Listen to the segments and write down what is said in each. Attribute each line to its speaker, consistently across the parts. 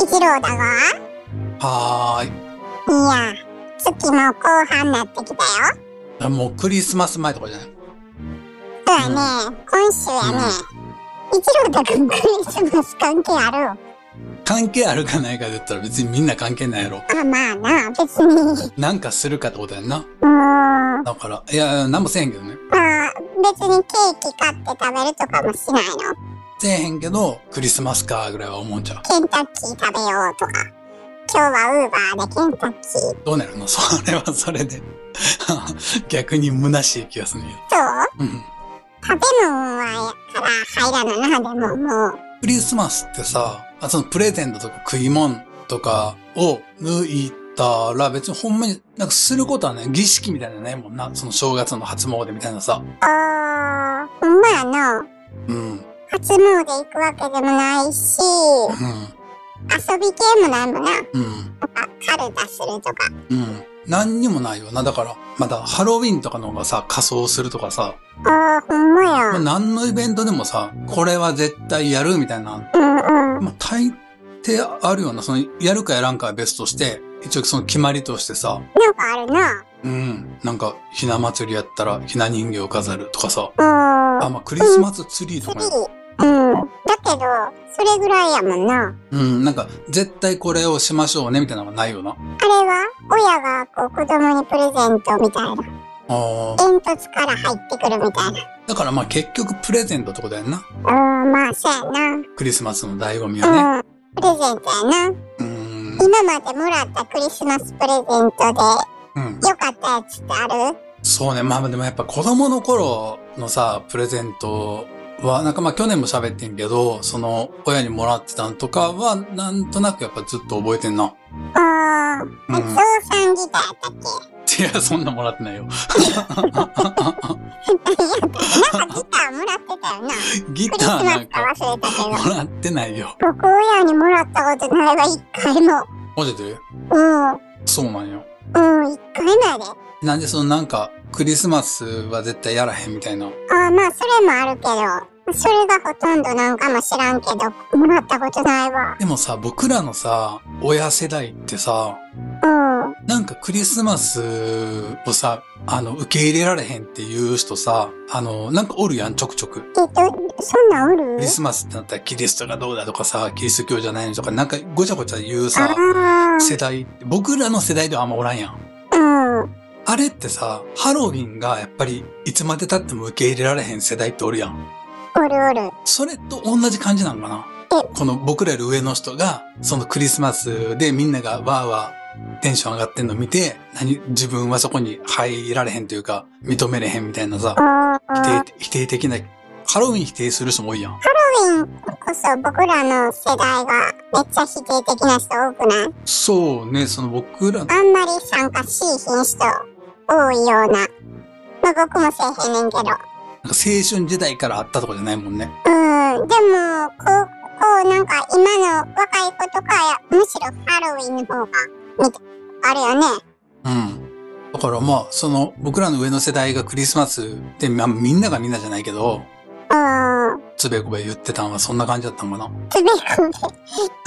Speaker 1: 一郎だが
Speaker 2: はー
Speaker 1: いや月も後半なってきたよ
Speaker 2: い。もうクリスマス前とかじゃない
Speaker 1: そうやね今週やね一郎だくんクリスマス関係ある
Speaker 2: 関係あるかないかで言ったら別にみんな関係ないやろ。
Speaker 1: あまあな別に
Speaker 2: なんかするかってことやんな。
Speaker 1: うーん
Speaker 2: だから、いや、なんもせえへんけどね。
Speaker 1: まあ別にケーキ買って食べるとかもしないの
Speaker 2: せえへんけど、クリスマスかぐらいは思うんちゃう。
Speaker 1: ケンタッキー食べようとか今日はウーバーでケンタッキーどう
Speaker 2: どうなるの それはそれで。 逆に虚しい気がするんや。うん。
Speaker 1: 食べ物はから入らななでももう
Speaker 2: クリスマスってさ、あそのプレゼントとか食い物とかを抜いたら別にほんまになんかすることはね、儀式みたいなのないもんな。その正月の初詣みたいなさ。
Speaker 1: あーまあな
Speaker 2: うん。うん。
Speaker 1: 初詣行くわけでもないし遊び系もないもんな
Speaker 2: うん。
Speaker 1: あカルタするとか
Speaker 2: うん。何にもないよな。だから、まだハロウィンとかの方がさ、仮装するとかさ、
Speaker 1: あーほんま
Speaker 2: まあ
Speaker 1: や
Speaker 2: 何のイベントでもさ、これは絶対やるみたいな
Speaker 1: うんうん
Speaker 2: まあ、大抵あるような、その、やるかやらんかは別として、一応その決まりとしてさ、
Speaker 1: なんかあるな
Speaker 2: うん、なんか、ひな祭りやったら、ひな人形を飾るとかさ、
Speaker 1: うん
Speaker 2: あ、まあ、クリスマスツリーとかね、
Speaker 1: 次うんだけどそれぐらいやもんな
Speaker 2: うん、なんか、絶対これをしましょうね、みたいなのがないよな。
Speaker 1: あれは親がこう子供にプレゼントみたいな
Speaker 2: あー
Speaker 1: 煙突から入ってくるみたいな
Speaker 2: だからまあ、結局プレゼントってことやんな。
Speaker 1: うんまあそうやな
Speaker 2: クリスマスの醍醐味はね。
Speaker 1: うんプレゼントやな
Speaker 2: うん、
Speaker 1: 今までもらったクリスマスプレゼント
Speaker 2: うん。
Speaker 1: で良かったやつってある
Speaker 2: そうね、まあでもやっぱ子供の頃のさ、プレゼントは、なんかまあ去年も喋ってんけど、その親にもらってたのとかは、なんとなくやっぱずっと覚えてんな。
Speaker 1: あー
Speaker 2: う
Speaker 1: あ、ゾ
Speaker 2: ん
Speaker 1: ウさんギターやったっけ
Speaker 2: いや、そんなもらって ないよ。
Speaker 1: 何やったなんかギターもらってたよな。クリスマスか忘れたけど。
Speaker 2: ギターなんかもらってないよ。
Speaker 1: 僕親にもらったことないわ、一回も。
Speaker 2: マジで
Speaker 1: うん。
Speaker 2: そうなんよ。
Speaker 1: うん、一回もやで。
Speaker 2: なんでそのなんか、クリスマスは絶対やらへんみたいな。
Speaker 1: ああ、まあ、それもあるけど。それがほとんどなんかも知らんけど、もらったことないわ。
Speaker 2: でもさ、僕らのさ、親世代ってさ、
Speaker 1: うん。
Speaker 2: なんかクリスマスをさ、あの、受け入れられへんっていう人さ、あの、なんかおるやん、ちょくちょく。
Speaker 1: えっと、そんなんおる
Speaker 2: クリスマスってなったらキリストがどうだとかさ、キリスト教じゃないのとか、なんかごちゃごちゃ言うさ、
Speaker 1: あ
Speaker 2: 世代、僕らの世代ではあんまおらんやん。
Speaker 1: あ、うん。
Speaker 2: あれってさ、ハロウィンがやっぱりいつまで経っても受け入れられへん世代っておるやん。
Speaker 1: おるおる。
Speaker 2: それと同じ感じなんかなこの僕らより上の人が、そのクリスマスでみんながわーわーテンション上がってんの見て、何、自分はそこに入られへんというか、認めれへんみたいなさ、
Speaker 1: ああ。
Speaker 2: 否定、否定的な、ハロウィン否定する人も多いやん。
Speaker 1: ハロウィンこそ僕らの世代がめっちゃ否定的な人多くない
Speaker 2: そうね、その僕ら、
Speaker 1: あんまり参加しいひん人多いような。まあ僕もせえへんねんけど。
Speaker 2: なんか青春時代からあったとかじゃないもんね。
Speaker 1: うん、でも、こう、こうなんか今の若い子とかや、むしろハロウィンの方が、みたあれよね。
Speaker 2: うん。だからまあ、その、僕らの上の世代がクリスマスで、まあみんながみんなじゃないけど、
Speaker 1: うん、
Speaker 2: つべこべ言ってたんはそんな感じだったんかな。
Speaker 1: つべこべ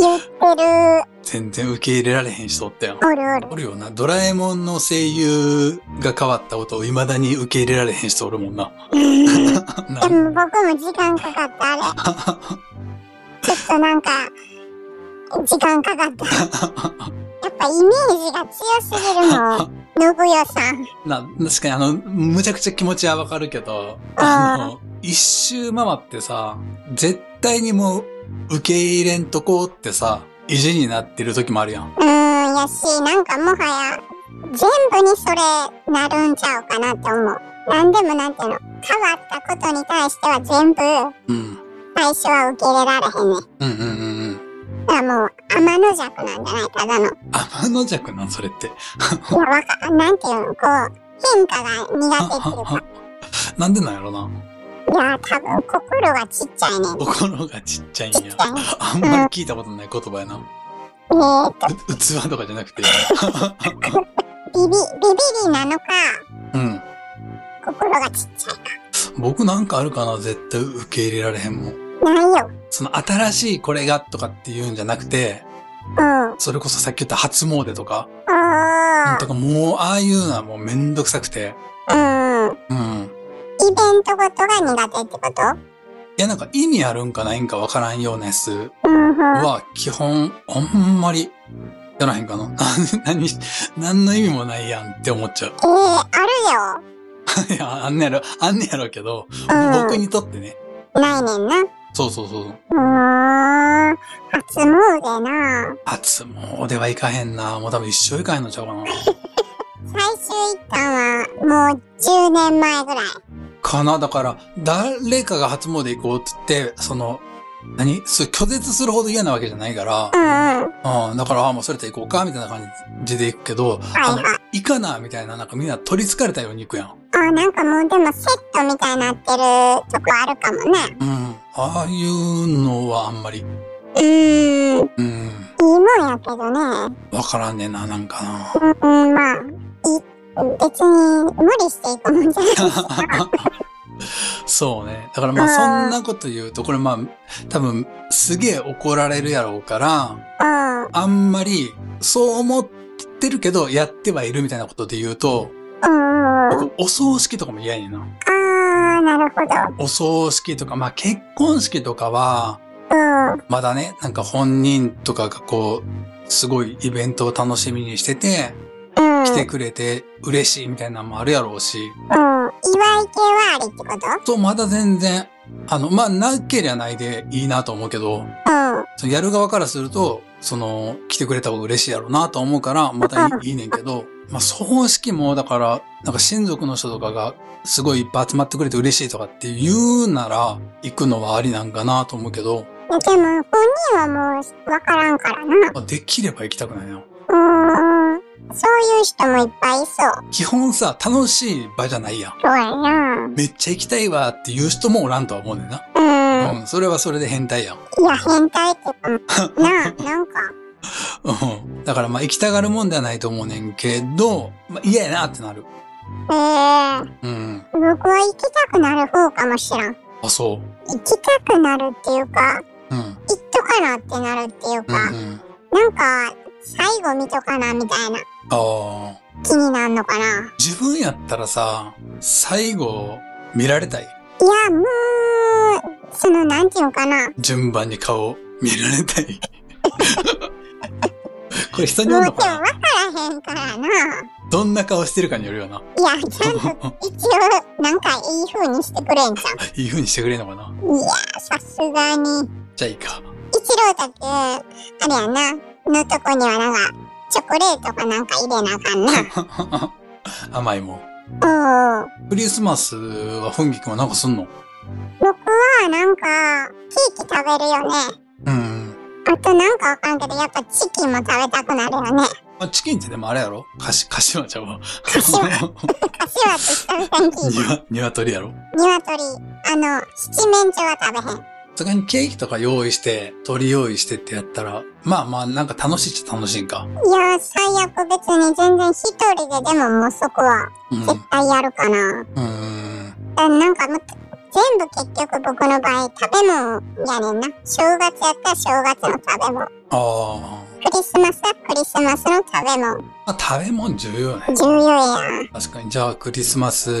Speaker 1: 言ってる、
Speaker 2: 全然受け入れられへん人おってやん。
Speaker 1: おるおる。
Speaker 2: おるよな。ドラえもんの声優が変わったことを未だに受け入れられへん人おるもんな。
Speaker 1: で
Speaker 2: な
Speaker 1: も僕も時間かかった、あれ。ちょっとなんか、時間かかった。やっぱイメージが強すぎるの。信代さん。
Speaker 2: な、確かにあの、むちゃくちゃ気持ちはわかるけど、あの、一周回ってさ、絶対にもう受け入れんとこってさ、意地になってる時もあるやん。
Speaker 1: うーん、やし、なんかもはや、全部にそれなるんちゃうかなと思う。なんでもなんていうの、変わったことに対しては全部、
Speaker 2: うん。
Speaker 1: 最初は受け入れられへんね。
Speaker 2: うんうんうんうん。
Speaker 1: だからもう、天の弱なんじゃないただの。い
Speaker 2: 天の弱なん、それって。
Speaker 1: や、わか、なんていうの、こう、変化が苦手っていうか。
Speaker 2: なんでなんやろな。
Speaker 1: いや、多分心がちっちゃいねん。ちっ
Speaker 2: 心がちっちゃいんや
Speaker 1: ち。ゃいね。
Speaker 2: あんまり聞いたことない言葉やな。
Speaker 1: えーっと、
Speaker 2: う器とかじゃなくて。
Speaker 1: ビビ、ビビリなのか、
Speaker 2: うん。
Speaker 1: 心がちっちゃいか。
Speaker 2: 僕なんかあるかな絶対受け入れられへんもん。
Speaker 1: ないよ。
Speaker 2: その新しいこれがとかっていうんじゃなくて、
Speaker 1: うん。お
Speaker 2: それこそさっき言った初詣とか、
Speaker 1: ー
Speaker 2: と。かもうああいうのはもうめんどくさくて。
Speaker 1: うん。
Speaker 2: うん。
Speaker 1: イベントごとが苦手ってこと
Speaker 2: いやなんか意味あるんかないんかわからんようなやつ
Speaker 1: うんうん。
Speaker 2: は基本あんまりやらへんかな。 何、何の意味もないやんって思っちゃう。
Speaker 1: えー、あ
Speaker 2: いや、あんねやろ、あんねやろうけど、
Speaker 1: るよ。うん。
Speaker 2: 僕にとってね。
Speaker 1: ないねんな。
Speaker 2: そうそうそう。
Speaker 1: うーん。初詣な
Speaker 2: 初詣は行かへんな。もう多分一生行かへんのちゃうかな。
Speaker 1: 最終行ったのは、もう10年前ぐらい。
Speaker 2: かなだから、誰かが初詣行こうって言って、その、何そう、拒絶するほど嫌なわけじゃないから、
Speaker 1: うんうん。
Speaker 2: うん、だから、あもうそれと行こうか、みたいな感じで行くけど、あ
Speaker 1: は
Speaker 2: の
Speaker 1: いはい。
Speaker 2: 行かな、みたいな、なんかみんな取り憑かれたように行くやん。
Speaker 1: あ、なんかもうでもセットみたいになってるとこあるかもね。
Speaker 2: うん。ああいうのはあんまり、
Speaker 1: うーん。いい
Speaker 2: うん、
Speaker 1: もんやけどね。
Speaker 2: わからんねんな、なんかな。
Speaker 1: うんうん、まあ、い、別に無理していくもんじゃない。
Speaker 2: そうね。だからまあ
Speaker 1: うん
Speaker 2: そんなこと言うと、これまあ多分すげえ怒られるやろうから、
Speaker 1: うん。
Speaker 2: あんまりそう思ってるけどやってはいるみたいなことで言うと、
Speaker 1: うんうんうん。
Speaker 2: 僕お葬式とかも嫌やねんな。
Speaker 1: あー、なるほど。
Speaker 2: お葬式とか、まあ結婚式とかは、
Speaker 1: うん。
Speaker 2: まだね、なんか本人とかがこう、すごいイベントを楽しみにしてて、
Speaker 1: うん。
Speaker 2: 来てくれて嬉しいみたいなのもあるやろうし、
Speaker 1: うん。祝い系はありってこと
Speaker 2: とまだ全然、あの、まあなけりゃないでいいなと思うけど、
Speaker 1: うん。
Speaker 2: そのやる側からすると、その、来てくれた方が嬉しいやろうなと思うから、またい いいねんけど、まあ、葬式も、だから、なんか親族の人とかが、すごいいっぱい集まってくれて嬉しいとかって言うなら、行くのはありなんかなと思うけど、
Speaker 1: でも、本人はもうわからんからな。
Speaker 2: まあ、できれば行きたくないな。
Speaker 1: うん。そういう人もいっぱいいそう。
Speaker 2: 基本さ、楽しい場じゃないやん。
Speaker 1: そうやな。
Speaker 2: めっちゃ行きたいわって言う人もおらんとは思うねんな。
Speaker 1: うん。
Speaker 2: うん、それはそれで変態やん。
Speaker 1: いや、変態ってか、なあ、なんか。
Speaker 2: うん。だからまあ行きたがるもんではないと思うねんけど、まあ嫌やなってなる。
Speaker 1: えー、
Speaker 2: うん。
Speaker 1: 僕は行きたくなる方かもしらん。
Speaker 2: あ、そ
Speaker 1: 行きたくなるっていうか、
Speaker 2: う。うん。
Speaker 1: 行っとかなってなるっていう
Speaker 2: うん、う
Speaker 1: か、な
Speaker 2: ん。
Speaker 1: んか、最後見とかなみたいな
Speaker 2: ああ。
Speaker 1: 気になんのかな。
Speaker 2: 自分やったらさ、最後、見られたい。
Speaker 1: いや、もう、その、なんていうのかな。
Speaker 2: 順番に顔、見られた い。これ人に
Speaker 1: も
Speaker 2: よ
Speaker 1: う
Speaker 2: る
Speaker 1: で
Speaker 2: の
Speaker 1: も分か
Speaker 2: かな
Speaker 1: らへんからな。い
Speaker 2: どんな顔してるかによるよな。
Speaker 1: や、ちゃんと一応、なんかいい風にしてくれんじゃ。
Speaker 2: いい風にしてくれるのかなん
Speaker 1: いや、さすがに。
Speaker 2: じゃあいいか。
Speaker 1: 一郎だけ、あれやな、のとこにはなんか、チョコレートかなんか入れなあかん
Speaker 2: 甘いもん。
Speaker 1: な。おー。
Speaker 2: クリスマスは本気くんはなんかすんの
Speaker 1: 僕はなんか、ケーキ食べるよね。
Speaker 2: うん。
Speaker 1: あとなんかわかんけど、やっぱチキンも食べたくなるよね。
Speaker 2: あチキンってでもあれやろかし、かしわちゃうわ。
Speaker 1: 柏って久々に聞い
Speaker 2: にわ、鶏やろ
Speaker 1: た。鶏、あの、七面鳥は食べへん。
Speaker 2: さすがにケーキとか用意して、鳥用意してってやったら、まあまあなんか楽しいっちゃ楽しいんか。
Speaker 1: いや、最悪別に全然一人ででももうそこは
Speaker 2: うん。う
Speaker 1: 絶対やるかな。
Speaker 2: ーん。
Speaker 1: だなんかもう全部結局僕の場合食べ物やねんな。正月やったら正月の食べ物。ク
Speaker 2: あ
Speaker 1: リスマスはクリスマスの食べ物。
Speaker 2: あ。まあ、食べ物重要ね。
Speaker 1: 重要やん。
Speaker 2: 確かに。じゃあ、クリスマス、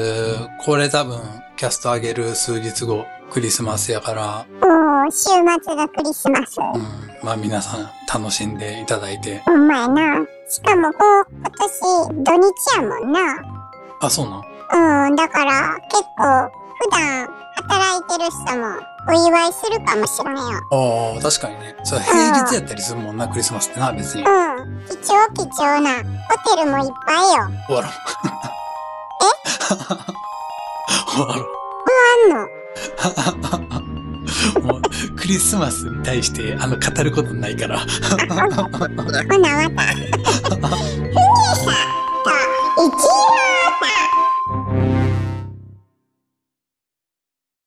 Speaker 2: これ多分、キャスト上げる数日後、クリスマスやから、
Speaker 1: もう週末がクリスマス。
Speaker 2: うん。まあ皆さん、楽しんでいただいて。
Speaker 1: ほんまやな。しかもこう今年土日やもんな。
Speaker 2: あ、そうなん
Speaker 1: うん、だから結構普段働いてる人もお祝いするかもしれんよ。
Speaker 2: ああ、確かにね。そう、平日やったりするもんな、クリスマスってな、別に。
Speaker 1: うん、貴重貴重なホテルもいっぱいよ。
Speaker 2: 終わろう。 終わろ
Speaker 1: あんの
Speaker 2: う。もう、クリスマスに対して、あの、語ることないから。
Speaker 1: ほなまた。ふにさん